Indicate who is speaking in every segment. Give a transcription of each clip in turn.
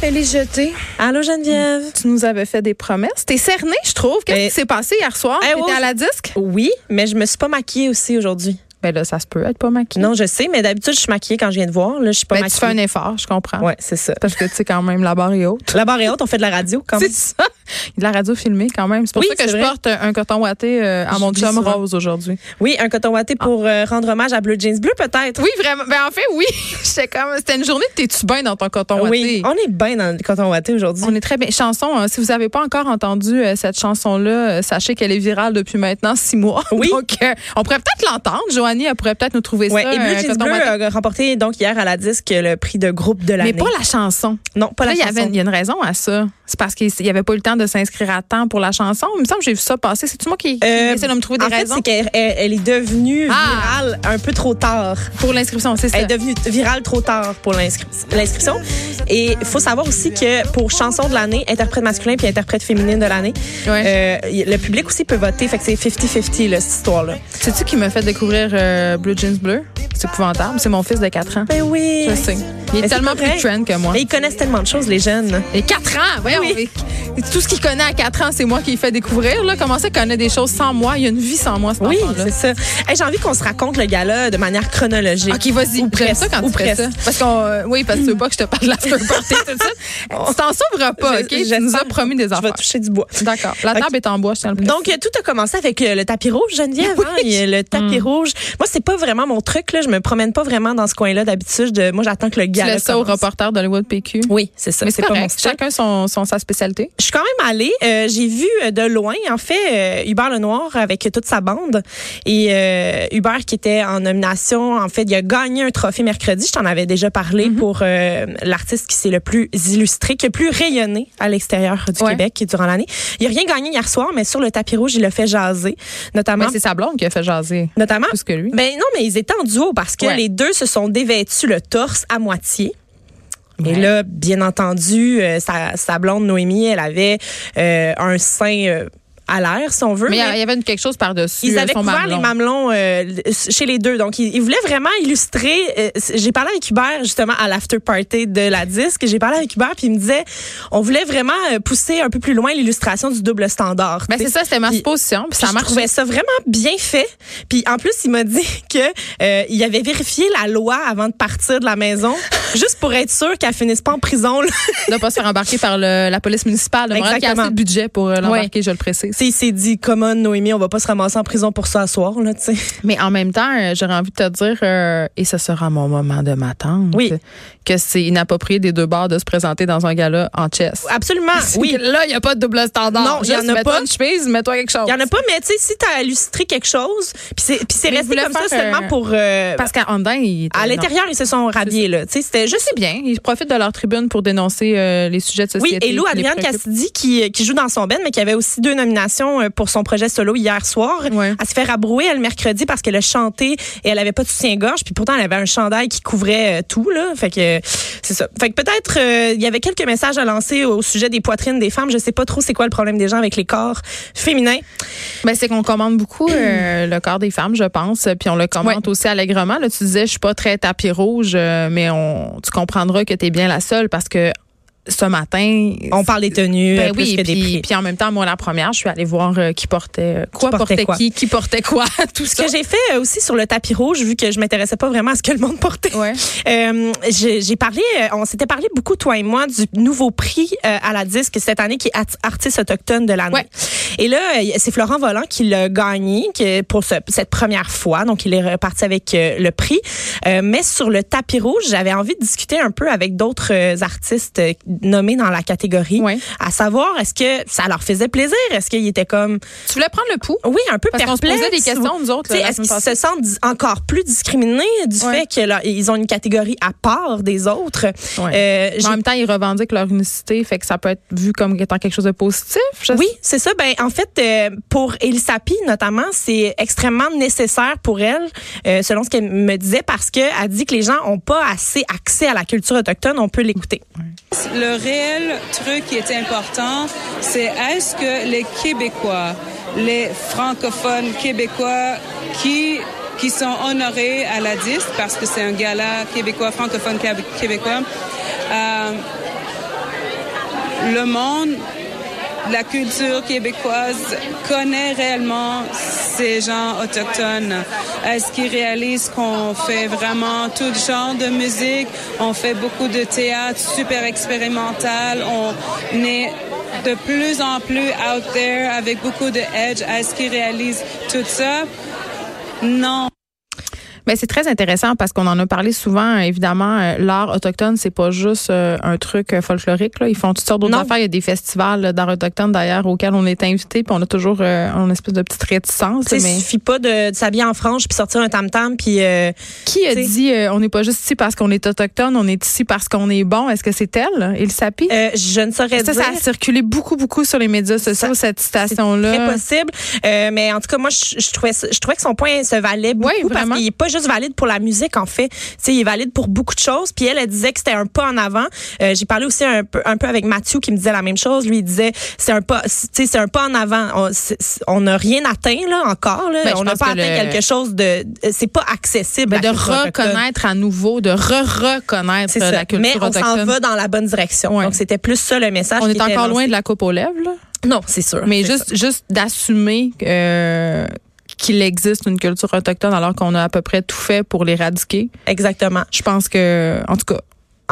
Speaker 1: Félix Jeté,
Speaker 2: Allô Geneviève.
Speaker 1: tu nous avais fait des promesses. T'es cerné, je trouve. Qu'est-ce
Speaker 2: Eh.
Speaker 1: qui s'est passé hier soir?
Speaker 2: Eh,
Speaker 1: T'étais
Speaker 2: ouais,
Speaker 1: à la disque?
Speaker 2: Oui, mais je me suis pas maquillée aussi aujourd'hui.
Speaker 1: Ben là, ça se peut être pas maquillé.
Speaker 2: Non, je sais, mais d'habitude je suis maquillée quand je viens de voir. Là, je suis pas
Speaker 1: Ben, tu
Speaker 2: maquillée.
Speaker 1: fais un effort, je comprends.
Speaker 2: Ouais, c'est ça.
Speaker 1: Parce que tu sais quand même la barre est haute.
Speaker 2: La barre est haute, on fait de la radio comme.
Speaker 1: C'est ça. Il y a de la radio filmée quand même. C'est pour
Speaker 2: Oui,
Speaker 1: ça que
Speaker 2: c'est
Speaker 1: je
Speaker 2: vrai.
Speaker 1: porte un un coton watté euh, à
Speaker 2: Je
Speaker 1: mon
Speaker 2: dis
Speaker 1: chum
Speaker 2: souvent.
Speaker 1: rose aujourd'hui.
Speaker 2: Oui, un coton watté
Speaker 1: Ah.
Speaker 2: pour euh, rendre hommage à Blue Jeans Bleu peut-être.
Speaker 1: Oui, vraiment. Ben en fait, oui. J'étais comme c'était une journée de t'es-tu bien dans ton coton ouaté.
Speaker 2: Oui, on est bien dans le coton watté aujourd'hui.
Speaker 1: On est très bien. Chanson, hein, si vous n'avez pas encore entendu euh, cette chanson-là, euh, sachez qu'elle est virale depuis maintenant six mois.
Speaker 2: Oui.
Speaker 1: Donc, euh, on pourrait peut-être l'entendre. Joanie, elle pourrait peut-être nous trouver
Speaker 2: Ouais,
Speaker 1: ça.
Speaker 2: et Blue
Speaker 1: euh,
Speaker 2: Jeans
Speaker 1: coton
Speaker 2: Bleu
Speaker 1: ouaté.
Speaker 2: a remporté donc hier à la disque le prix de groupe de l'année.
Speaker 1: Mais pas la chanson.
Speaker 2: Non, pas la
Speaker 1: Là, il y, avait,
Speaker 2: chanson.
Speaker 1: il y a une raison à ça. C'est parce qu'il n'y avait pas eu le temps de s'inscrire à temps pour la chanson. Il me semble que j'ai vu ça passer. C'est-tu moi qui, qui
Speaker 2: Euh,
Speaker 1: essaie de me trouver des
Speaker 2: En fait,
Speaker 1: raisons
Speaker 2: c'est qu'elle elle- elle est devenue
Speaker 1: Ah.
Speaker 2: virale un peu trop tard.
Speaker 1: pour l'inscription? C'est ça.
Speaker 2: Elle est devenue virale trop tard pour l'inscri- l'inscription. Et il faut savoir aussi que pour chanson de l'année, interprète masculin puis interprète féminine de l'année,
Speaker 1: Ouais.
Speaker 2: euh, y- le public aussi peut voter. Fait que c'est 50-50, là, cette histoire-là.
Speaker 1: C'est-tu qui m'a fait découvrir euh, Blue Jeans Bleu? C'est épouvantable. C'est mon fils de 4 ans.
Speaker 2: Ben oui.
Speaker 1: Je sais. Il est
Speaker 2: Mais c'est
Speaker 1: tellement plus
Speaker 2: correct.
Speaker 1: trend que moi.
Speaker 2: Mais ils connaissent tellement de choses, les jeunes.
Speaker 1: Et 4 ans, voyons.
Speaker 2: Oui.
Speaker 1: mais Tout ce qu'il connaît à 4 ans, c'est moi qui le fait découvrir. Là. Comment ça qu'il connaît des choses sans moi? Il y a une vie sans moi, cet
Speaker 2: Oui,
Speaker 1: enfant-là.
Speaker 2: c'est ça. Hey, J'ai envie qu'on se raconte le gala de manière chronologique.
Speaker 1: OK, vas-y.
Speaker 2: Ou
Speaker 1: J'aime
Speaker 2: presque.
Speaker 1: ça quand
Speaker 2: Ou
Speaker 1: tu fais ça.
Speaker 2: presque.
Speaker 1: Parce qu'on, euh, oui, parce que tu veux pas que je te parle de l'afterparty tout de suite. Tu t'en sauveras pas,
Speaker 2: Je-
Speaker 1: OK?
Speaker 2: j'espère.
Speaker 1: Tu nous as promis des
Speaker 2: Je vais
Speaker 1: affaires.
Speaker 2: toucher du bois.
Speaker 1: D'accord. La
Speaker 2: OK.
Speaker 1: table est en bois, je tiens à le préciser.
Speaker 2: Donc, euh, tout a commencé avec euh, le tapis rouge, Geneviève.
Speaker 1: Oui. Mm.
Speaker 2: hein, et, euh, le tapis rouge. Moi, c'est pas vraiment mon truc. Là. Je me promène pas vraiment dans ce coin-là d'habitude. Je- Moi, j'attends que le
Speaker 1: tu
Speaker 2: gars.
Speaker 1: laisses ça au reporter d'Hollywood PQ.
Speaker 2: Oui, c'est ça.
Speaker 1: Mais c'est
Speaker 2: pas
Speaker 1: correct.
Speaker 2: mon style.
Speaker 1: Chacun son, son, sa spécialité.
Speaker 2: Je suis quand même allée. euh, j'ai vu euh, de loin, en fait, euh, Hubert Lenoir avec toute sa bande. Et euh, Hubert qui était en nomination, en fait, il a gagné un trophée mercredi. Je t'en avais déjà parlé
Speaker 1: Mhm.
Speaker 2: pour euh, l'artiste qui s'est le plus illustré, qui a le plus rayonné à l'extérieur du
Speaker 1: Ouais.
Speaker 2: Québec durant l'année. Il a rien gagné hier soir, mais sur le tapis rouge, il l'a fait jaser, notamment.
Speaker 1: Mais c'est sa blonde qui a fait jaser.
Speaker 2: Notamment
Speaker 1: Plus que lui.
Speaker 2: Ben non, mais ils étaient en duo parce que
Speaker 1: Ouais.
Speaker 2: les deux se sont dévêtus le torse à moitié.
Speaker 1: Ouais.
Speaker 2: Et là, bien entendu, euh, sa, sa blonde Noémie, elle avait euh, un sein euh, à l'air, si on veut.
Speaker 1: Mais
Speaker 2: mais
Speaker 1: il y avait une- quelque chose par-dessus.
Speaker 2: ils
Speaker 1: euh,
Speaker 2: avaient
Speaker 1: son
Speaker 2: couvert les
Speaker 1: mamelon.
Speaker 2: mamelons euh, le- chez les deux. Donc, ils, ils voulaient vraiment illustrer. euh, c- j'ai parlé avec Hubert, justement, à l'after party de la disque. J'ai parlé avec Hubert, puis il me disait on voulait vraiment euh, pousser un peu plus loin l'illustration du double standard.
Speaker 1: Ben,
Speaker 2: tu sais.
Speaker 1: c'est ça, c'était ma
Speaker 2: Puis-
Speaker 1: supposition. Puis ça
Speaker 2: je
Speaker 1: marche.
Speaker 2: trouvais ça vraiment bien fait. Puis en plus, il m'a dit que euh, il avait vérifié la loi avant de partir de la maison, juste pour être sûr qu'elle finisse pas en prison. là.
Speaker 1: de ne pas se faire embarquer par le- la police municipale de Montréal qui a assez
Speaker 2: Exactement.
Speaker 1: de budget pour euh, l'embarquer, je le précise.
Speaker 2: Tu sais, il s'est dit, comment Noémie, on va pas se ramasser en prison pour ça à soir, là, tu sais.
Speaker 1: Mais en même temps, euh, j'aurais envie de te dire, euh, et ce sera mon moment de m'attendre,
Speaker 2: Oui.
Speaker 1: que c'est inapproprié des deux bars de se présenter dans un gala en chess.
Speaker 2: Absolument, Ah, oui.
Speaker 1: Là, il n'y a pas de double standard.
Speaker 2: Non, il y
Speaker 1: Juste
Speaker 2: en a
Speaker 1: mets-toi
Speaker 2: pas.
Speaker 1: une chemise, mets-toi quelque chose.
Speaker 2: Il y en a pas, mais tu sais, si t'as illustré quelque chose, puis c'est puis c'est
Speaker 1: Mais
Speaker 2: resté
Speaker 1: il voulait
Speaker 2: comme ça
Speaker 1: faire, euh,
Speaker 2: seulement pour... euh,
Speaker 1: Parce qu'en dedans, il était-
Speaker 2: à
Speaker 1: non.
Speaker 2: l'intérieur, ils se sont rhabillés, là. Tu sais, c'était juste...
Speaker 1: C'est bien. Ils profitent de leur tribune pour dénoncer euh, les sujets de
Speaker 2: Oui,
Speaker 1: société.
Speaker 2: et Lou
Speaker 1: qui les
Speaker 2: Adrienne
Speaker 1: préoccupent.
Speaker 2: Cassidy qui, qui joue dans son band, mais qui avait aussi deux nominations euh, pour son projet solo hier soir.
Speaker 1: Ouais.
Speaker 2: Elle se fait rabrouer elle, le mercredi parce qu'elle a chanté et elle avait pas de soutien-gorge, puis pourtant elle avait un chandail qui couvrait euh, tout là. Fait que euh, c'est ça. Fait que peut-être euh, il y avait quelques messages à lancer au sujet des poitrines des femmes. Je sais pas trop c'est quoi le problème des gens avec les corps féminins.
Speaker 1: Ben, c'est qu'on commande beaucoup euh, le corps des femmes, je pense, puis on le commente aussi allègrement. Là, tu disais, je suis pas très tapis rouge, euh, mais on, tu comprendras que tu es bien la seule parce que ce matin,
Speaker 2: On parle des tenues
Speaker 1: ben
Speaker 2: euh, plus
Speaker 1: oui,
Speaker 2: que
Speaker 1: puis,
Speaker 2: des prix.
Speaker 1: puis en même temps, moi, la première, je suis allée voir euh, qui portait euh, quoi,
Speaker 2: portait
Speaker 1: portait,
Speaker 2: quoi.
Speaker 1: qui, qui portait quoi, tout
Speaker 2: Ce
Speaker 1: ça.
Speaker 2: que j'ai fait euh, aussi sur le tapis rouge, vu que je m'intéressais pas vraiment à ce que le monde portait,
Speaker 1: Ouais.
Speaker 2: Euh, j'ai j'ai parlé, euh, on s'était parlé beaucoup, toi et moi, du nouveau prix euh, à la disque cette année qui est at- artiste autochtone de l'année.
Speaker 1: Ouais.
Speaker 2: Et là, euh, c'est Florent Volant qui l'a gagné qui- pour ce- cette première fois. Donc, il est reparti avec euh, le prix. Euh, mais sur le tapis rouge, j'avais envie de discuter un peu avec d'autres euh, artistes euh, nommés dans la catégorie.
Speaker 1: Ouais.
Speaker 2: À savoir, est-ce que ça leur faisait plaisir? Est-ce qu'ils étaient comme,
Speaker 1: Tu voulais prendre le pouls?
Speaker 2: oui, un peu
Speaker 1: Parce qu'on se
Speaker 2: perplexes?
Speaker 1: posait des questions, nous autres,
Speaker 2: Tu sais,
Speaker 1: là, la
Speaker 2: Est-ce
Speaker 1: semaine
Speaker 2: qu'ils
Speaker 1: passée.
Speaker 2: se sentent dis- encore plus discriminés du
Speaker 1: Ouais.
Speaker 2: fait qu'ils ont une catégorie à part des autres?
Speaker 1: Ouais.
Speaker 2: Euh,
Speaker 1: Mais
Speaker 2: j'ai-
Speaker 1: en même temps, ils revendiquent leur unicité, fait que ça peut être vu comme étant quelque chose de positif. je
Speaker 2: oui, c'est ça. Ben, en fait, euh, pour Elisapi notamment, c'est extrêmement nécessaire pour elle, euh, selon ce qu'elle me disait, parce qu'elle dit que les gens n'ont pas assez accès à la culture autochtone. On peut l'écouter.
Speaker 3: Le réel truc qui est important, c'est est-ce que les Québécois, les francophones québécois qui qui sont honorés à la DIS parce que c'est un gala québécois francophone québécois, euh, le monde, la culture québécoise connaît réellement ces gens autochtones. Est-ce qu'ils réalisent qu'on fait vraiment tout genre de musique? On fait beaucoup de théâtre super expérimental. On est de plus en plus out there avec beaucoup de edge. Est-ce qu'ils réalisent tout ça? Non.
Speaker 1: Mais Ben, c'est très intéressant parce qu'on en a parlé souvent. Évidemment, euh, l'art autochtone, c'est pas juste euh, un truc folklorique. Là. Ils font toutes sortes d'autres affaires. Il y a des festivals d'art autochtone d'ailleurs auxquels on est invité, puis on a toujours euh, une espèce de petite réticence.
Speaker 2: T'sais, mais suffit pas de, de s'habiller en frange puis sortir un tam tam puis. Euh,
Speaker 1: Qui a t'sais... dit euh, on n'est pas juste ici parce qu'on est autochtone, on est ici parce qu'on est bon Est-ce que c'est elle Il s'appuie
Speaker 2: euh, Je ne saurais
Speaker 1: ça,
Speaker 2: dire.
Speaker 1: Ça a circulé beaucoup beaucoup sur les médias sociaux ça, cette citation là.
Speaker 2: Très possible. Euh, mais en tout cas, moi, je, je, trouvais je trouvais que son point se valait beaucoup
Speaker 1: oui,
Speaker 2: parce qu'il est pas juste valide pour la musique en fait, tu il est valide pour beaucoup de choses. Puis elle, elle disait que c'était un pas en avant. Euh, j'ai parlé aussi un peu, un peu avec Mathieu qui me disait la même chose. Lui, il disait c'est un pas, tu c'est un pas en avant. On n'a rien atteint là encore. Là. Ben, on n'a pas que atteint le... quelque chose de, c'est pas accessible.
Speaker 1: Ben, de reconnaître à nouveau, de re-reconnaître la ça. culture
Speaker 2: Mais on s'en va dans la bonne direction. Ouais. Donc c'était plus ça le message.
Speaker 1: On est encore loin de la coupe aux lèvres. Là.
Speaker 2: Non, c'est sûr.
Speaker 1: Mais juste, ça. juste d'assumer. Euh, qu'il existe une culture autochtone alors qu'on a à peu près tout fait pour l'éradiquer.
Speaker 2: Exactement.
Speaker 1: Je pense que, en tout cas,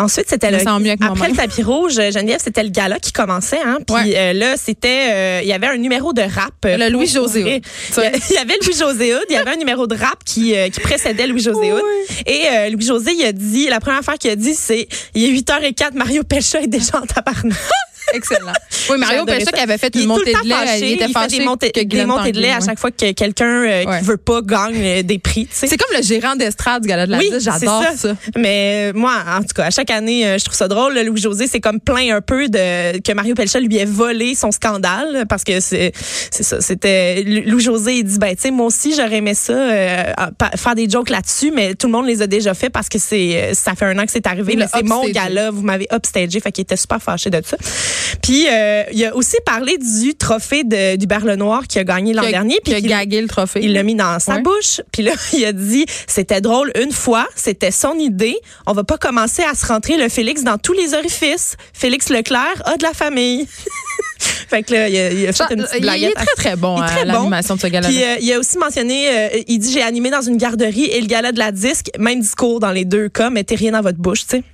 Speaker 2: Ensuite, c'était le après le tapis rouge, euh, Geneviève, c'était le gala qui commençait hein. Puis ouais. euh, là, c'était euh, il y avait un numéro de rap. euh,
Speaker 1: Le Louis José.
Speaker 2: Il y avait Louis José il y avait un numéro de rap qui, euh, qui précédait Louis José oui. Et euh, Louis José, il a dit la première affaire qu'il a dit c'est il est 8h04, Mario Pécha est déjà en tabarnak.
Speaker 1: Excellent. Oui, Mario Pesha qui avait fait une montée de lait, euh,
Speaker 2: fâché,
Speaker 1: il était
Speaker 2: il
Speaker 1: fâché
Speaker 2: des, montées,
Speaker 1: que
Speaker 2: des montées de lait à chaque fois que quelqu'un euh, ouais. qui veut pas gagne euh, des prix.
Speaker 1: C'est comme le gérant d'estrade du gala de la
Speaker 2: oui,
Speaker 1: j'adore ça. ça.
Speaker 2: Mais euh, moi, en tout cas, à chaque année, euh, je trouve ça drôle. Louis José, c'est comme plein un peu de que Mario Pelcha lui ait volé son scandale parce que c'est ça. C'était Louis José, il dit ben tu sais, moi aussi j'aurais aimé ça euh, faire des jokes là-dessus, mais tout le monde les a déjà fait parce que c'est euh, ça fait un an que c'est arrivé. Oui, c'est mon gala, vous m'avez upstagé, fait qu'il était super fâché de ça. Puis euh, il a aussi parlé du trophée de, d'Hubert Lenoir qui a gagné l'an dernier.
Speaker 1: Puis qui a gagué le trophée.
Speaker 2: Il l'a mis dans sa ouais. bouche. Puis là, il a dit c'était drôle une fois, c'était son idée. On va pas commencer à se rentrer le Félix dans tous les orifices. Félix Leclerc a de la famille. fait que là, il a, il a fait une petite blague.
Speaker 1: Il est très, très bon à l'animation bon. de ce gala.
Speaker 2: Puis euh, il a aussi mentionné, euh, il dit, j'ai animé dans une garderie et le gala de la disque, même discours dans les deux cas, mettez rien dans votre bouche, tu sais.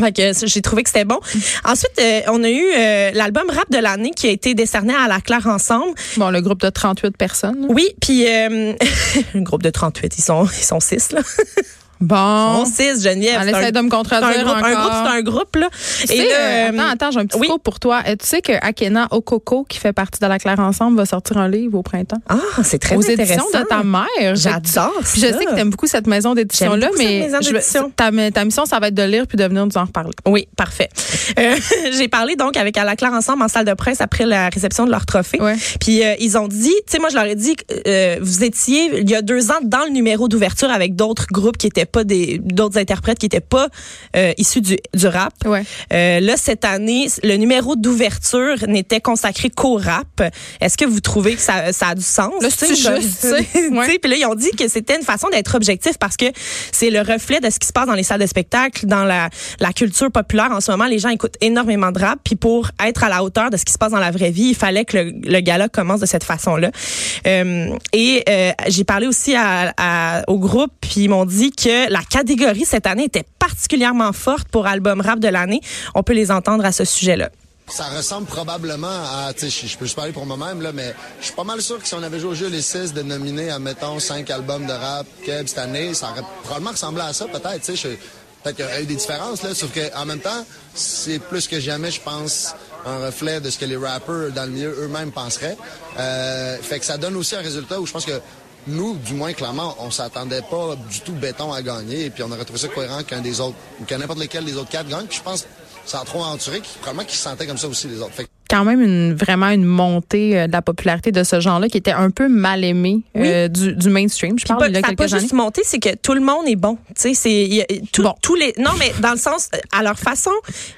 Speaker 2: Fait que j'ai trouvé que c'était bon. Ensuite, euh, on a eu euh, l'album rap de l'année qui a été décerné à la Claire Ensemble.
Speaker 1: Bon, le groupe de 38 personnes.
Speaker 2: Oui, puis euh, un groupe de 38, ils sont ils sont 6 là.
Speaker 1: Bon.
Speaker 2: six, Geneviève.
Speaker 1: Elle essaie de me contredire.
Speaker 2: Un groupe,
Speaker 1: encore.
Speaker 2: un groupe, c'est un groupe, là.
Speaker 1: Tu Et sais, là,
Speaker 2: euh,
Speaker 1: attends, attends, j'ai un petit oui. cours pour toi. Euh, Tu sais que Akena Okoko, qui fait partie de la Claire Ensemble, va sortir un livre au printemps.
Speaker 2: Ah, c'est très
Speaker 1: Aux
Speaker 2: intéressant.
Speaker 1: éditions de ta mère.
Speaker 2: J'adore ça.
Speaker 1: Puis je sais que t'aimes beaucoup cette maison d'édition-là, mais
Speaker 2: cette maison
Speaker 1: je, ta, ta, mission, ça va être de lire puis de venir nous en reparler.
Speaker 2: Oui, parfait. Euh, j'ai parlé donc avec à la Claire Ensemble en salle de presse après la réception de leur trophée.
Speaker 1: Ouais.
Speaker 2: Puis euh, ils ont dit, tu sais, moi, je leur ai dit, euh, vous étiez, il y a deux ans, dans le numéro d'ouverture avec d'autres groupes qui étaient pas des d'autres interprètes qui étaient pas euh, issus du, du rap.
Speaker 1: Ouais.
Speaker 2: Euh, là cette année, le numéro d'ouverture n'était consacré qu'au rap. Est-ce que vous trouvez que ça, ça a du sens
Speaker 1: Là c'est juste,
Speaker 2: puis ouais. là ils ont dit que c'était une façon d'être objectif parce que c'est le reflet de ce qui se passe dans les salles de spectacle, dans la, la culture populaire en ce moment, les gens écoutent énormément de rap puis pour être à la hauteur de ce qui se passe dans la vraie vie, il fallait que le, le gala commence de cette façon-là. Euh, et j'ai parlé aussi à, à, au groupe puis ils m'ont dit que la catégorie cette année était particulièrement forte pour album rap de l'année. On peut les entendre à ce sujet-là.
Speaker 4: Ça ressemble probablement à, tu sais, je peux juste parler pour moi-même, là, mais je suis pas mal sûr que si on avait joué au jeu les six de nominer, admettons, cinq albums de rap Keb cette année, ça aurait probablement ressemblé à ça, peut-être, tu sais, peut-être qu'il y a eu des différences, là, sauf qu'en même temps, c'est plus que jamais, je pense, un reflet de ce que les rappers dans le milieu eux-mêmes penseraient. Euh, fait que ça donne aussi un résultat où je pense que nous, du moins, clairement, on s'attendait pas du tout béton à gagner. Et puis, on aurait trouvé ça cohérent qu'un des autres, que n'importe lequel des autres quatre gagne. Puis, je pense, sans trop aventurer, probablement qu'ils se sentaient comme ça aussi, les autres. Fait
Speaker 1: quand même une, vraiment une montée euh, de la popularité de ce genre-là qui était un peu mal aimée oui. euh, du, du, mainstream. Je parle
Speaker 2: pas,
Speaker 1: il y a
Speaker 2: ça
Speaker 1: quelques
Speaker 2: pas juste monté, c'est que tout le monde est bon. Tu sais, c'est tout, bon. tous les non mais dans le sens à leur façon,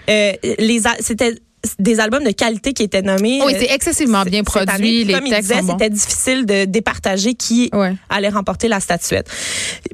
Speaker 2: euh, les c'était des albums de qualité qui étaient nommés. euh,
Speaker 1: Oui, c'est Oh, excessivement bien
Speaker 2: cette
Speaker 1: produit.
Speaker 2: année. Puis
Speaker 1: les
Speaker 2: comme
Speaker 1: textes
Speaker 2: il disait,
Speaker 1: sont bons.
Speaker 2: c'était difficile de départager qui
Speaker 1: Ouais.
Speaker 2: allait remporter la statuette.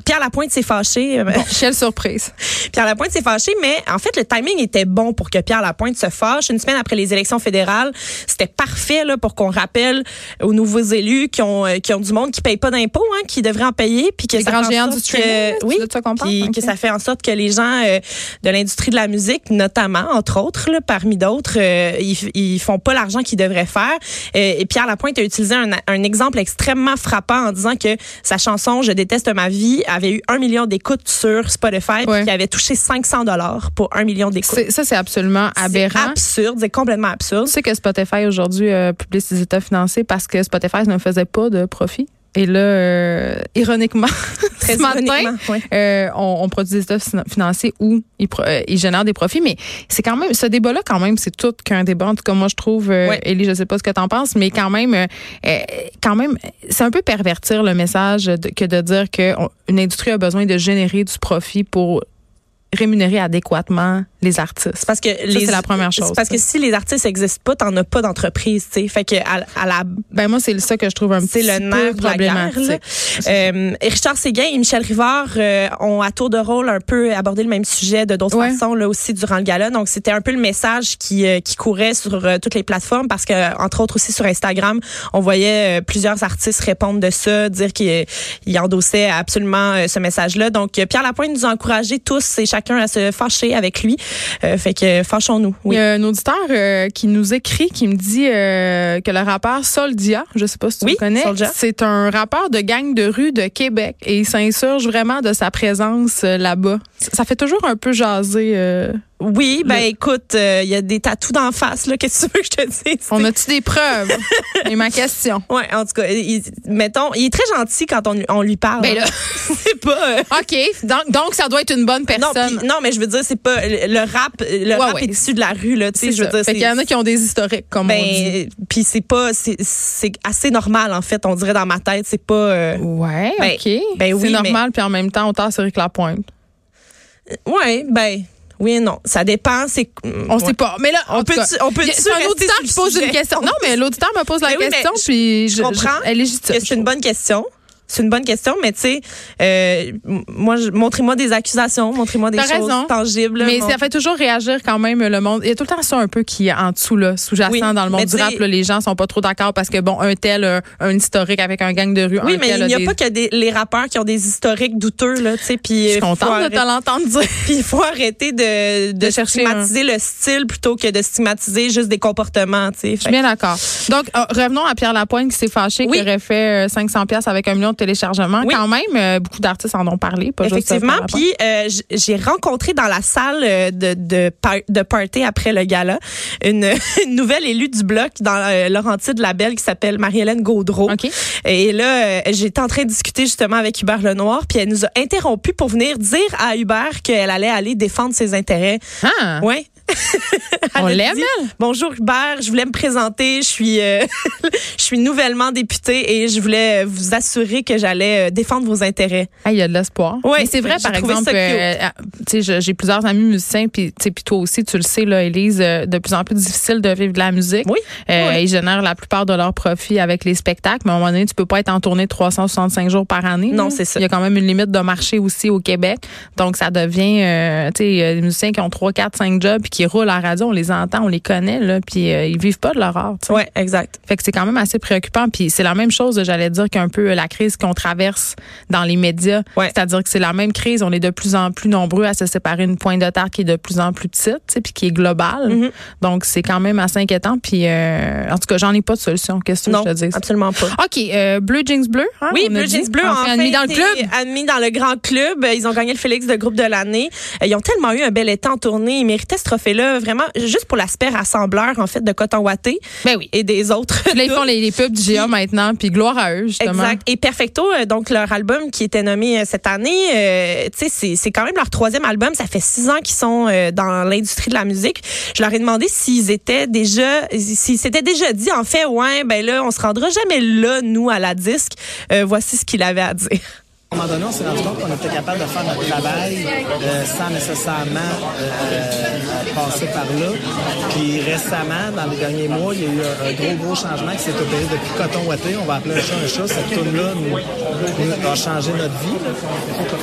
Speaker 2: Pierre Lapointe s'est fâché. euh,
Speaker 1: Bon, quelle surprise.
Speaker 2: Pierre Lapointe s'est fâché, mais en fait, le timing était bon pour que Pierre Lapointe se fâche. Une semaine après les élections fédérales, c'était parfait là, pour qu'on rappelle aux nouveaux élus qui ont, euh, qui ont du monde qui paye pas d'impôts, hein, qui devraient en payer. Puis que
Speaker 1: Les
Speaker 2: ça
Speaker 1: grands
Speaker 2: fait en
Speaker 1: géants du
Speaker 2: sorte
Speaker 1: streaming, là,
Speaker 2: que,
Speaker 1: c'est
Speaker 2: oui,
Speaker 1: de ça qu'on parle?
Speaker 2: puis
Speaker 1: Ok.
Speaker 2: que ça fait en sorte que les gens euh, de l'industrie de la musique, notamment, entre autres, là, parmi d'autres, euh, ils, f- ils font pas l'argent qu'ils devraient faire. Euh, et Pierre Lapointe a utilisé un, un exemple extrêmement frappant en disant que sa chanson Je déteste ma vie avait eu un million d'écoutes sur Spotify
Speaker 1: Ouais.
Speaker 2: puis qui avait touché 500 dollars pour un million d'écoutes.
Speaker 1: C'est- Ça, c'est absolument aberrant.
Speaker 2: C'est absurde, c'est complètement absurde.
Speaker 1: Tu sais que Spotify aujourd'hui euh, publie ses états financiers parce que Spotify ne faisait pas de profit. Et là, euh, ironiquement,
Speaker 2: Très
Speaker 1: ce matin,
Speaker 2: ironiquement, ouais.
Speaker 1: euh, on, on produit des états fina- financiers où ils, pro- euh, ils génèrent des profits. Mais c'est quand même, ce débat-là, quand même, c'est tout qu'un débat. En tout cas, moi, je trouve, euh,
Speaker 2: Ouais.
Speaker 1: Élie, je sais pas ce que tu en penses, mais quand même, euh, euh, quand même, c'est un peu pervertir le message de- que de dire qu'une industrie a besoin de générer du profit pour rémunérer adéquatement les artistes.
Speaker 2: C'est parce que les
Speaker 1: c'est la première chose,
Speaker 2: c'est parce
Speaker 1: ça.
Speaker 2: que si les artistes n'existent pas, t'en as pas d'entreprise, tu sais. Fait que à, à la
Speaker 1: Ben moi, c'est ça que je trouve un
Speaker 2: c'est
Speaker 1: petit
Speaker 2: le nerf
Speaker 1: peu
Speaker 2: de la guerre.
Speaker 1: problématique.
Speaker 2: là. Euh, et Richard Séguin et Michel Rivard euh, ont à tour de rôle un peu abordé le même sujet de d'autres
Speaker 1: Ouais.
Speaker 2: façons là aussi durant le gala. Donc c'était un peu le message qui euh, qui courait sur euh, toutes les plateformes parce que euh, entre autres aussi sur Instagram, on voyait euh, plusieurs artistes répondre de ça, dire qu'ils ils endossaient absolument euh, ce message-là. Donc euh, Pierre Lapointe nous a encouragés tous et chacun à se fâcher avec lui. Euh, fait que euh, fâchons-nous.
Speaker 1: Il y
Speaker 2: Oui.
Speaker 1: a un auditeur euh, qui nous écrit, qui me dit euh, que le rappeur Soldia, je sais pas si tu
Speaker 2: Oui,
Speaker 1: le connais,
Speaker 2: Soulja.
Speaker 1: c'est un rappeur de gang de rue de Québec et il s'insurge vraiment de sa présence euh, là-bas. C- Ça fait toujours un peu jaser. euh.
Speaker 2: Oui, ben
Speaker 1: Le-
Speaker 2: écoute, euh, il y a des tatous d'en face là, qu'est-ce que tu veux que je te dise
Speaker 1: On a-tu des preuves? C'est ma question.
Speaker 2: Ouais, en tout cas, il, mettons, il est très gentil quand on, on lui parle.
Speaker 1: Ben là,
Speaker 2: c'est pas. euh,
Speaker 1: OK, donc, donc ça doit être une bonne
Speaker 2: non,
Speaker 1: personne.
Speaker 2: puis- non, mais je veux dire, c'est pas le le rap. Le rap
Speaker 1: ouais.
Speaker 2: est issu de la rue là, tu sais.
Speaker 1: C'est
Speaker 2: Je veux
Speaker 1: ça.
Speaker 2: dire,
Speaker 1: Fait qu'il y en a qui ont des historiques, comme on dit.
Speaker 2: ben, puis c'est pas, c'est- c'est assez normal en fait. On dirait dans ma tête, c'est pas. euh,
Speaker 1: Ouais,
Speaker 2: ben-
Speaker 1: OK.
Speaker 2: ben oui,
Speaker 1: c'est
Speaker 2: mais-
Speaker 1: normal, puis en même temps, on tasse Éric Lapointe.
Speaker 2: ouais, ben, oui, et non, ça dépend. C'est.
Speaker 1: On sait pas. Mais là,
Speaker 2: On
Speaker 1: en tout
Speaker 2: peut,
Speaker 1: cas,
Speaker 2: on peut.
Speaker 1: Il y a- C'est un auditeur qui pose une question. Non, mais l'auditeur me pose la
Speaker 2: Mais oui, mais
Speaker 1: question,
Speaker 2: je-
Speaker 1: puis
Speaker 2: je
Speaker 1: je,
Speaker 2: comprends
Speaker 1: je- elle est légitime.
Speaker 2: que c'est une bonne question. C'est une bonne question, mais tu sais, euh, m- moi, je- montrez-moi des accusations, montrez-moi des
Speaker 1: T'as
Speaker 2: choses
Speaker 1: raison.
Speaker 2: tangibles.
Speaker 1: mais
Speaker 2: mon-
Speaker 1: ça fait toujours réagir quand même le monde. Il y a tout le temps ça un peu qui est en dessous, là, sous-jacent
Speaker 2: Oui,
Speaker 1: dans le monde
Speaker 2: mais
Speaker 1: du
Speaker 2: tu sais-
Speaker 1: rap. là, les gens sont pas trop d'accord parce que, bon, un tel a un historique avec un gang de rue.
Speaker 2: Oui,
Speaker 1: un
Speaker 2: mais
Speaker 1: tel
Speaker 2: il n'y a
Speaker 1: des-
Speaker 2: pas que des, les rappeurs qui ont des historiques douteux, là, tu sais, puis...
Speaker 1: Je suis
Speaker 2: euh, faut
Speaker 1: contente de
Speaker 2: arrêter-
Speaker 1: te l'entendre dire.
Speaker 2: Puis il faut arrêter de, de,
Speaker 1: De chercher un-
Speaker 2: stigmatiser le style plutôt que de stigmatiser juste des comportements, tu sais.
Speaker 1: Je suis bien d'accord. Donc, euh, revenons à Pierre Lapointe qui s'est fâché,
Speaker 2: Oui.
Speaker 1: qui aurait fait euh, 500 pièces avec un million de téléchargements.
Speaker 2: Oui.
Speaker 1: Quand même, euh, beaucoup d'artistes en ont parlé. Pas juste, euh,
Speaker 2: Effectivement.
Speaker 1: Pierre Lapointe.
Speaker 2: Puis euh, j- j'ai rencontré dans la salle euh, de, de, par- de party après le gala une, une nouvelle élue du bloc dans euh, Laurentide Labelle qui s'appelle Marie-Hélène Gaudreau.
Speaker 1: OK.
Speaker 2: Et là, euh, j'étais en train de discuter justement avec Hubert Lenoir, puis elle nous a interrompu pour venir dire à Hubert qu'elle allait aller défendre ses intérêts.
Speaker 1: Ah,
Speaker 2: Ouais.
Speaker 1: on
Speaker 2: Elle a
Speaker 1: l'aime,
Speaker 2: dit,
Speaker 1: elle?
Speaker 2: Bonjour Hubert, je voulais me présenter, je suis euh, je suis nouvellement députée et je voulais euh, vous assurer que j'allais euh, défendre vos intérêts.
Speaker 1: Ah, il y a de l'espoir.
Speaker 2: Ouais,
Speaker 1: mais c'est vrai,
Speaker 2: j'ai
Speaker 1: par
Speaker 2: trouvé
Speaker 1: exemple,
Speaker 2: ça cute.
Speaker 1: euh, ah, tu sais, je- j'ai plusieurs amis musiciens, puis tu sais, puis toi aussi, tu le sais, là, Élise, euh, de plus en plus difficile de vivre de la musique.
Speaker 2: Oui.
Speaker 1: Euh,
Speaker 2: Oui.
Speaker 1: Ils génèrent la plupart de leurs profits avec les spectacles, mais à un moment donné, tu peux pas être en tournée 365 jours par année.
Speaker 2: Non,
Speaker 1: là.
Speaker 2: c'est ça.
Speaker 1: Il y a quand même une limite de marché aussi au Québec. Donc, ça devient, euh, tu sais, il y a des musiciens qui ont 3, 4, 5 jobs, puis qui roulent à la radio, on les entend, on les connaît, là, puis euh, ils vivent pas de leur art. tu sais.
Speaker 2: Ouais, exact.
Speaker 1: Fait que c'est quand même assez préoccupant. Puis c'est la même chose, j'allais dire, qu'un peu la crise qu'on traverse dans les médias.
Speaker 2: Ouais.
Speaker 1: C'est-à-dire que c'est la même crise. On est de plus en plus nombreux à se séparer une pointe de terre qui est de plus en plus petite, tu sais, puis qui est globale.
Speaker 2: Mm-hmm.
Speaker 1: Donc c'est quand même assez inquiétant. Puis euh, en tout cas, j'en ai pas de solution. Qu'est-ce que tu veux
Speaker 2: Non,
Speaker 1: que je te dis?
Speaker 2: absolument pas.
Speaker 1: OK, euh, bleu jeans bleu. hein,
Speaker 2: Oui,
Speaker 1: on a
Speaker 2: Blue
Speaker 1: dit.
Speaker 2: Jeans Bleu,
Speaker 1: On fait
Speaker 2: enfin,
Speaker 1: admis dans le
Speaker 2: été
Speaker 1: club.
Speaker 2: admis dans le grand club. Ils ont gagné le Félix de groupe de l'année. Euh, Ils ont tellement eu un bel état en tournée. Ils méritaient ce trophée-là, vraiment, juste pour l'aspect rassembleur, en fait, de Coton Watté
Speaker 1: Ben oui.
Speaker 2: et des autres.
Speaker 1: Puis Là, ils font les, les pubs du GA maintenant, puis gloire à eux, justement.
Speaker 2: Exact. Et Perfecto, euh, donc leur album qui était nommé euh, cette année, euh, tu sais, c'est- c'est quand même leur troisième album. Ça fait six ans qu'ils sont euh, dans l'industrie de la musique. Je leur ai demandé s'ils étaient déjà, s'ils s'étaient déjà dit en fait, ouais, ben là, on se rendra jamais là, nous, à la disque. Euh, voici ce qu'il avait à dire.
Speaker 5: À un moment donné, on s'est rendu compte qu'on était capable de faire notre travail euh, sans nécessairement euh, passer par là. Puis récemment, dans les derniers mois, il y a eu un, un gros, gros changement qui s'est opéré depuis Coton Watté. On va appeler un chat un chat. Cette tourne-là nous, nous a changé notre vie.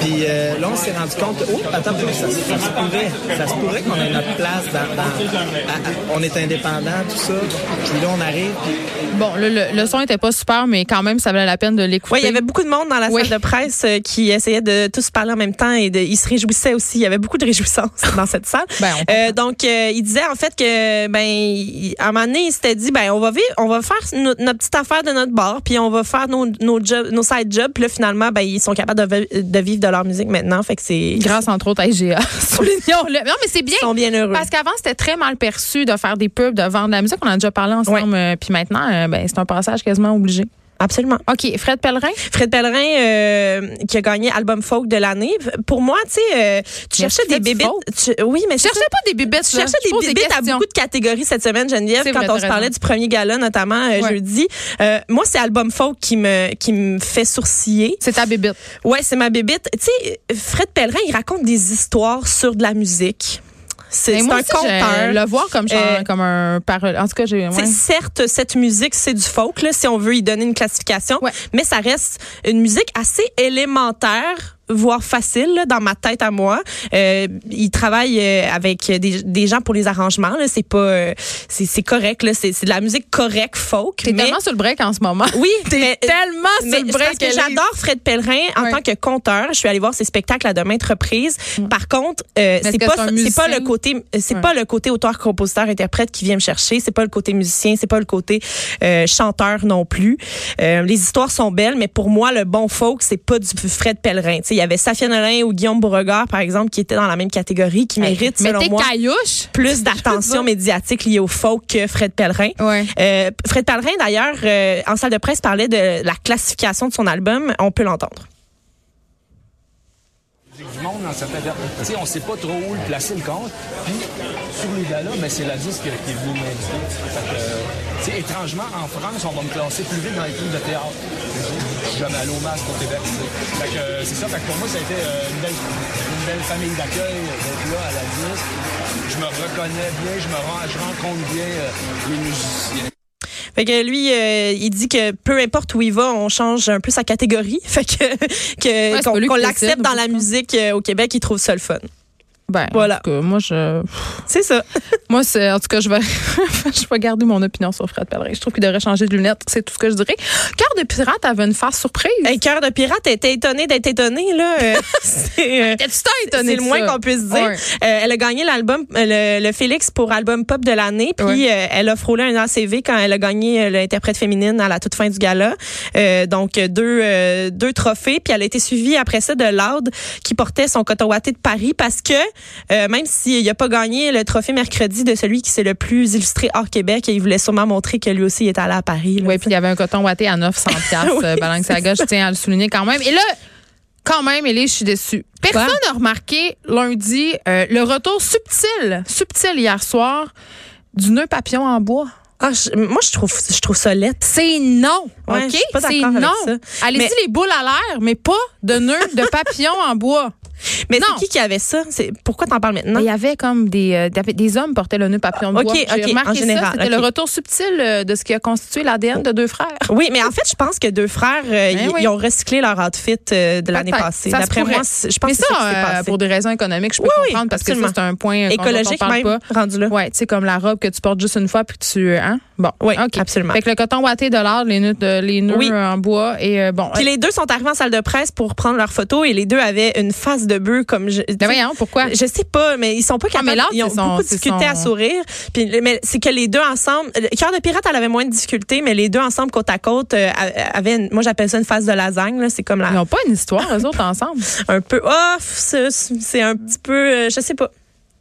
Speaker 5: Puis euh, là, on s'est rendu compte, oh, attends, un peu, ça, ça se pourrait. Ça se pourrait qu'on ait notre place. Dans, dans- à- à- on est indépendant, tout ça. Puis là, on arrive, puis
Speaker 1: Bon, le, le, le son était pas super, mais quand même, ça valait la peine de l'écouter.
Speaker 2: Oui, il y avait beaucoup de monde dans la
Speaker 1: Oui.
Speaker 2: salle de presse euh, qui essayait de tous parler en même temps et de, ils se réjouissaient aussi. Il y avait beaucoup de réjouissance dans cette salle.
Speaker 1: Ben, on comprend.
Speaker 2: Euh, donc, euh, il disait en fait que, ben, il- à un moment donné, il s'était dit, ben, on va vivre, on va faire no- notre petite affaire de notre bar, puis on va faire nos, nos, jobs, nos side jobs. Puis là, finalement, ben, ils sont capables de, vi- de vivre de leur musique maintenant. Fait que c'est.
Speaker 1: Grâce entre autres à IGA. Soulignons-le. Non, mais c'est bien.
Speaker 2: Ils sont bien heureux.
Speaker 1: Parce qu'avant, c'était très mal perçu de faire des pubs, de vendre de la musique. On en a déjà parlé ensemble. euh, Puis maintenant, euh, ben, c'est un passage quasiment obligé.
Speaker 2: Absolument.
Speaker 1: OK. Fred Pellerin?
Speaker 2: Fred Pellerin euh, qui a gagné album folk de l'année. Pour moi, tu sais, euh, tu
Speaker 1: Mais
Speaker 2: cherchais
Speaker 1: tu fais
Speaker 2: des
Speaker 1: du
Speaker 2: bébés.
Speaker 1: folk.
Speaker 2: Oui, mais
Speaker 1: Je cherchais pas des bibettes.
Speaker 2: Tu cherchais des bibites à beaucoup de catégories cette semaine, Geneviève,
Speaker 1: C'est
Speaker 2: quand
Speaker 1: vrai,
Speaker 2: on
Speaker 1: t'as
Speaker 2: se parlait
Speaker 1: raison.
Speaker 2: du premier gala, notamment euh,
Speaker 1: Ouais.
Speaker 2: jeudi. Euh, moi, c'est Album Folk qui me, qui me fait sourciller.
Speaker 1: C'est ta bibite.
Speaker 2: Ouais, c'est ma bébite. Tu sais, Fred Pellerin, il raconte des histoires sur de la musique. C'est
Speaker 1: Mais
Speaker 2: c'est
Speaker 1: moi
Speaker 2: un
Speaker 1: aussi, je-
Speaker 2: conteur.
Speaker 1: Le voir comme, chan-
Speaker 2: Euh,
Speaker 1: comme un parole. En tout cas, j'ai. ouais.
Speaker 2: C'est certes cette musique, c'est du folk là, si on veut y donner une classification,
Speaker 1: Ouais.
Speaker 2: mais ça reste une musique assez élémentaire voire facile là, dans ma tête à moi. Euh, il travaille euh, avec des, des gens pour les arrangements là, c'est pas euh, c'est c'est correct là, c'est c'est de la musique correcte folk
Speaker 1: T'es
Speaker 2: mais
Speaker 1: tellement sur le break en ce moment.
Speaker 2: oui, mais- euh,
Speaker 1: tellement
Speaker 2: mais
Speaker 1: sur le
Speaker 2: c'est parce
Speaker 1: break.
Speaker 2: que
Speaker 1: Elise.
Speaker 2: j'adore Fred Pellerin en
Speaker 1: Ouais.
Speaker 2: tant que conteur. Je suis allée voir ses spectacles à de maintes reprises. Par contre, euh,
Speaker 1: est-ce
Speaker 2: c'est
Speaker 1: que
Speaker 2: pas
Speaker 1: c'est un
Speaker 2: c'est pas
Speaker 1: musicien?
Speaker 2: le côté euh, c'est
Speaker 1: Ouais.
Speaker 2: pas le côté auteur compositeur interprète qui vient me chercher. C'est pas le côté musicien. C'est pas le côté euh, chanteur non plus. Euh, les histoires sont belles, mais pour moi, le bon folk, c'est pas du Fred Pellerin. Tu sais, il y avait Safia Nolin ou Guillaume Beauregard, par exemple, qui étaient dans la même catégorie, qui méritent
Speaker 1: Mais
Speaker 2: selon
Speaker 1: t'es
Speaker 2: moi
Speaker 1: caillouche.
Speaker 2: plus d'attention médiatique liée au folk que Fred Pellerin.
Speaker 1: Ouais.
Speaker 2: Euh, Fred Pellerin, d'ailleurs, euh, en salle de presse, parlait de la classification de son album. On peut l'entendre.
Speaker 6: du monde dans certains périodes. Tu sais, on sait pas trop où le placer le compte. Puis, sur les gars-là, ben, c'est la disque qui est venue m'indiquer. Fait que, euh, tu sais, étrangement, en France, on va me classer plus vite dans les trucs de théâtre. Je suis jamais allé au masque au Québec. tu sais. Fait que, euh, c'est ça. Fait que pour moi, ça a été euh, une, belle, une belle famille d'accueil euh, d'être là à la disque. Je me reconnais bien, je me rends, je rencontre bien euh, les musiciens.
Speaker 2: Fait que lui, euh, il dit que peu importe où il va, on change un peu sa catégorie. Fait que que-
Speaker 1: Ouais, c'est
Speaker 2: qu'on
Speaker 1: pas lui
Speaker 2: qu'on
Speaker 1: qui
Speaker 2: l'accepte
Speaker 1: décide,
Speaker 2: dans la
Speaker 1: au bout du
Speaker 2: musique euh, au Québec, il trouve ça le fun.
Speaker 1: Ben,
Speaker 2: Voilà.
Speaker 1: en tout cas, moi, je.
Speaker 2: C'est ça.
Speaker 1: Moi, c'est, en tout cas, je vais, je vais garder mon opinion sur Fred Pellerin. Je trouve qu'il devrait changer de lunettes. C'est tout ce que je dirais. Cœur de pirate avait une face surprise.
Speaker 2: Un cœur de pirate était étonné d'être étonné là. Euh, c'est, euh,
Speaker 1: T'es-tu tant étonné
Speaker 2: C'est le
Speaker 1: de
Speaker 2: moins
Speaker 1: ça?
Speaker 2: qu'on puisse dire.
Speaker 1: Ouais.
Speaker 2: Euh, elle a gagné l'album, euh, le, le Félix pour album pop de l'année. Puis
Speaker 1: Ouais.
Speaker 2: euh, elle a frôlé un ACV quand elle a gagné euh, l'interprète féminine à la toute fin du gala. Euh, donc euh, deux euh, deux trophées. Puis elle a été suivie après ça de Loud qui portait son coton ouaté de Paris parce que euh, même s'il n'a pas gagné le trophée mercredi de celui qui s'est le plus illustré hors Québec, et il voulait sûrement montrer que lui aussi est allé à Paris. là.
Speaker 1: Oui, puis il y avait un coton ouaté à 900 pièces
Speaker 2: Oui,
Speaker 1: Balenciaga, euh, je tiens à le souligner quand même. Et là, quand même, Elise, je suis déçue. Personne n'a remarqué lundi euh, le retour subtil, subtil hier soir du nœud papillon en bois.
Speaker 2: Ah, je- moi je trouve je trouve ça laid.
Speaker 1: C'est non,
Speaker 2: Ouais,
Speaker 1: OK?
Speaker 2: je suis pas
Speaker 1: C'est
Speaker 2: d'accord avec
Speaker 1: non.
Speaker 2: ça.
Speaker 1: Allez-y
Speaker 2: Mais-
Speaker 1: les boules à l'air, mais pas de nœud de papillon en bois.
Speaker 2: Mais
Speaker 1: Non.
Speaker 2: c'est qui qui avait ça C'est- Pourquoi t'en parles maintenant
Speaker 1: Mais Il y avait comme des, euh, des- des hommes portaient le nœud papillon de
Speaker 2: Ah,
Speaker 1: bois.
Speaker 2: ok,
Speaker 1: J'ai
Speaker 2: ok,
Speaker 1: remarqué
Speaker 2: en
Speaker 1: ça.
Speaker 2: général,
Speaker 1: C'était
Speaker 2: ok.
Speaker 1: le retour subtil euh, de ce qui a constitué l'ADN de deux frères.
Speaker 2: Oui, mais en fait, je pense que deux frères, euh,
Speaker 1: Ben
Speaker 2: ils-
Speaker 1: oui.
Speaker 2: ils ont recyclé leur outfit euh, de l'année
Speaker 1: Peut-être.
Speaker 2: passée.
Speaker 1: Ça se
Speaker 2: D'après moi,
Speaker 1: pourrait.
Speaker 2: c'est- je pense
Speaker 1: Mais
Speaker 2: que c'est ça qui s'est
Speaker 1: euh,
Speaker 2: passé.
Speaker 1: pour des raisons économiques, je peux
Speaker 2: Oui, oui,
Speaker 1: comprendre parce
Speaker 2: absolument.
Speaker 1: que ça, c'est un point euh, qu'on- dont on
Speaker 2: Écologique
Speaker 1: parle
Speaker 2: même,
Speaker 1: pas.
Speaker 2: rendu là.
Speaker 1: Ouais, tu sais, comme la robe que tu portes juste une fois puis que tu. Hein? Bon,
Speaker 2: Oui,
Speaker 1: OK.
Speaker 2: absolument.
Speaker 1: Fait que le coton ouaté de l'art, les nœuds, de- les nœuds
Speaker 2: Oui.
Speaker 1: euh, en bois et euh, bon.
Speaker 2: Puis les deux sont arrivés en salle de presse pour prendre leurs photos et les deux avaient une face de bœuf comme je.
Speaker 1: Ben voyons, pourquoi?
Speaker 2: Je sais pas, mais ils sont pas capables.
Speaker 1: mais l'autre,
Speaker 2: ils ont
Speaker 1: c'est son-
Speaker 2: beaucoup
Speaker 1: c'est
Speaker 2: discuté
Speaker 1: son-
Speaker 2: à sourire. Puis, le- mais c'est que les deux ensemble, le cœur de pirate, elle avait moins de difficultés, mais les deux ensemble côte à côte euh, avaient, une- moi j'appelle ça une face de lasagne. là. C'est comme la,
Speaker 1: Ils n'ont pas une histoire, eux autres, ensemble.
Speaker 2: un peu off. c'est c'est un petit peu, euh, je sais pas.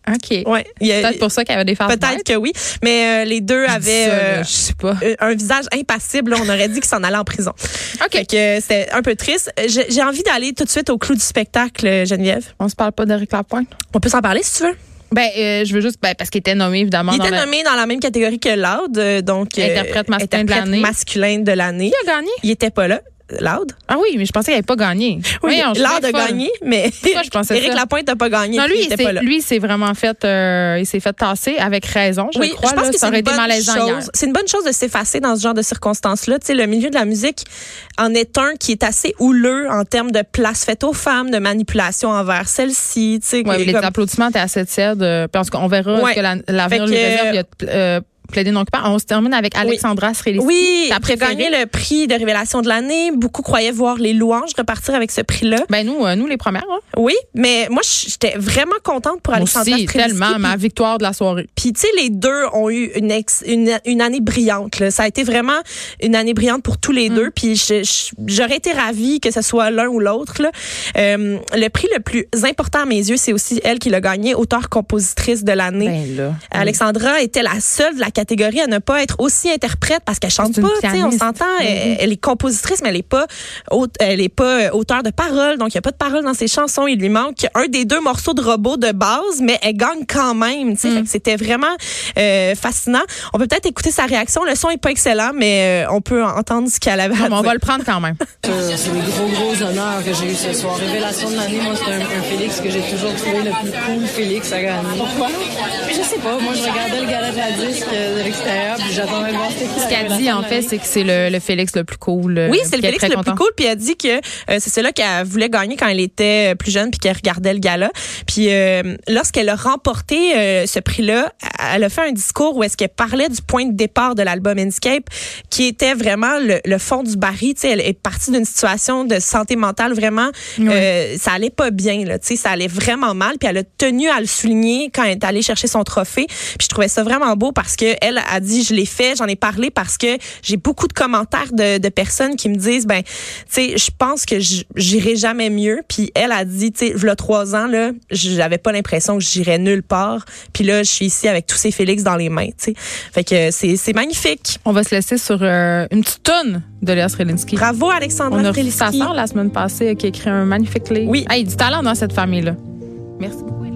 Speaker 1: OK.
Speaker 2: Ouais. Il y a-
Speaker 1: Peut-être pour ça qu'il y avait des faces
Speaker 2: Peut-être
Speaker 1: bêtes.
Speaker 2: que oui, mais euh, les deux
Speaker 1: Je dis
Speaker 2: avaient
Speaker 1: ça, là,
Speaker 2: euh,
Speaker 1: je sais pas.
Speaker 2: euh, un visage impassible. là. On aurait dit qu'ils s'en allaient en prison. Fait
Speaker 1: OK.
Speaker 2: que euh, c'était un peu triste. Euh, J'ai j'ai envie d'aller tout de suite au clou du spectacle, euh, Geneviève.
Speaker 1: On se parle pas d'Éric Lapointe.
Speaker 2: On peut s'en parler si tu veux.
Speaker 1: Ben, euh, je veux juste. Ben, parce qu'il était nommé, évidemment.
Speaker 2: Il
Speaker 1: dans
Speaker 2: était
Speaker 1: la-
Speaker 2: nommé dans la même catégorie que Loud, euh, donc
Speaker 1: Interprète masculin de
Speaker 2: interprète
Speaker 1: l'année.
Speaker 2: masculin de l'année.
Speaker 1: Qui a gagné?
Speaker 2: Il était pas là. Loud.
Speaker 1: Ah oui, mais je pensais qu'il n'avait pas gagné. Voyons, je suis
Speaker 2: Loud
Speaker 1: bien
Speaker 2: a
Speaker 1: folle.
Speaker 2: gagné, mais
Speaker 1: Pourquoi je pensais
Speaker 2: Éric
Speaker 1: ça?
Speaker 2: Lapointe n'a pas gagné.
Speaker 1: Non,
Speaker 2: puis
Speaker 1: lui,
Speaker 2: il
Speaker 1: il
Speaker 2: était pas
Speaker 1: s'est-
Speaker 2: là.
Speaker 1: lui, il s'est vraiment fait, euh, il s'est fait tasser avec raison, je
Speaker 2: oui,
Speaker 1: crois.
Speaker 2: je pense
Speaker 1: là.
Speaker 2: que c'est
Speaker 1: ça aurait
Speaker 2: une
Speaker 1: été
Speaker 2: bonne
Speaker 1: malaisant hier.
Speaker 2: chose. C'est une bonne chose de s'effacer dans ce genre de circonstances-là. Tu sais, le milieu de la musique en est un qui est assez houleux en termes de place faite aux femmes, de manipulation envers celles-ci. Tu sais,
Speaker 1: Ouais,
Speaker 2: qui-
Speaker 1: les
Speaker 2: comme-
Speaker 1: applaudissements étaient assez tièdes. euh, parce qu'on verra
Speaker 2: Ouais.
Speaker 1: ce que la- l'avenir
Speaker 2: Fait
Speaker 1: lui
Speaker 2: que-
Speaker 1: réserve. Il y a pl- euh, plaidé non coupable. On se termine avec Alexandra Sreliski.
Speaker 2: Oui,
Speaker 1: T'as
Speaker 2: qui a
Speaker 1: préféré?
Speaker 2: gagné le prix de révélation de l'année. Beaucoup croyaient voir les louanges repartir avec ce prix-là.
Speaker 1: Ben nous, euh, nous les premières. Hein.
Speaker 2: Oui, mais moi, j'étais vraiment contente pour
Speaker 1: Moi
Speaker 2: Alexandra
Speaker 1: aussi,
Speaker 2: Strelitzky,
Speaker 1: tellement
Speaker 2: puis-
Speaker 1: ma victoire de la soirée.
Speaker 2: Puis tu sais, les deux ont eu une, ex- une, une année brillante. là. Ça a été vraiment une année brillante pour tous
Speaker 1: Mm.
Speaker 2: les deux. Puis je- je- j'aurais été ravie que ce soit l'un ou l'autre. là. Euh, le prix le plus important à mes yeux, c'est aussi elle qui l'a gagné, auteur-compositrice de l'année.
Speaker 1: Ben là.
Speaker 2: Alexandra était la seule de la catégorie à ne pas être aussi interprète parce qu'elle chante
Speaker 1: C'est une
Speaker 2: pas, tu sais, on
Speaker 1: pianiste.
Speaker 2: s'entend,
Speaker 1: Ben oui.
Speaker 2: elle, elle est compositrice mais elle est pas aute- elle est pas euh, auteur de paroles, donc il y a pas de paroles dans ses chansons, il lui manque un des deux morceaux de robot de base mais elle gagne quand même, tu
Speaker 1: Mm.
Speaker 2: sais, Fait que c'était vraiment euh, fascinant. On peut peut-être écouter sa réaction, le son est pas excellent mais euh, on peut entendre ce qu'elle avait à
Speaker 1: Non, mais on
Speaker 2: dire.
Speaker 1: va le prendre quand même.
Speaker 7: Euh, C'est des gros, gros honneurs que j'ai eu ce soir. Révélation de l'année, moi, c'est un, un Félix que j'ai toujours trouvé le plus cool Félix à gagner. Pourquoi? Je sais pas. Moi, je regardais le gala de la disque euh, de l'extérieur, puis j'attendais de voir c'était qui
Speaker 1: Ce
Speaker 7: la
Speaker 1: qu'elle dit,
Speaker 7: révélation
Speaker 1: en
Speaker 7: de
Speaker 1: fait,
Speaker 7: l'année.
Speaker 1: c'est que c'est le, le Félix le plus cool. euh,
Speaker 2: Oui, c'est le
Speaker 1: qui est
Speaker 2: Félix
Speaker 1: très
Speaker 2: le
Speaker 1: content.
Speaker 2: plus cool. Puis elle dit que euh, c'est celui qu'elle voulait gagner quand elle était euh, plus jeune, puis qu'elle regardait le gala. Puis euh, lorsqu'elle a remporté euh, ce prix-là, elle a fait un discours où est-ce qu'elle parlait du point de départ de l'album Inscape, qui était vraiment le, le fond du baril. Tu sais, elle est partie d'une situation de santé mentale vraiment, euh, ça allait pas bien. Là, tu sais, ça allait vraiment mal. Puis elle a tenu à le souligner quand elle est allée chercher son trophée. Puis je trouvais ça vraiment beau parce que elle a dit, je l'ai fait, j'en ai parlé parce que j'ai beaucoup de commentaires de, de personnes qui me disent, ben, tu sais, je pense que j- j'irai jamais mieux. Puis elle a dit, tu sais, v'là trois ans là, j'avais pas l'impression que j'irais nulle part. Puis là, je suis ici avec tous ces Félix dans les mains. Tu sais, fait que c'est c'est magnifique.
Speaker 1: On va se laisser sur euh, une petite tonne de Léa Srelinski.
Speaker 2: Bravo Alexandra.
Speaker 1: On a reçu
Speaker 2: Strelitzky.
Speaker 1: sa sœur la semaine passée euh, qui a écrit un magnifique livre.
Speaker 2: Oui.
Speaker 1: Hey, du talent dans cette famille-là. Merci beaucoup, Hélène.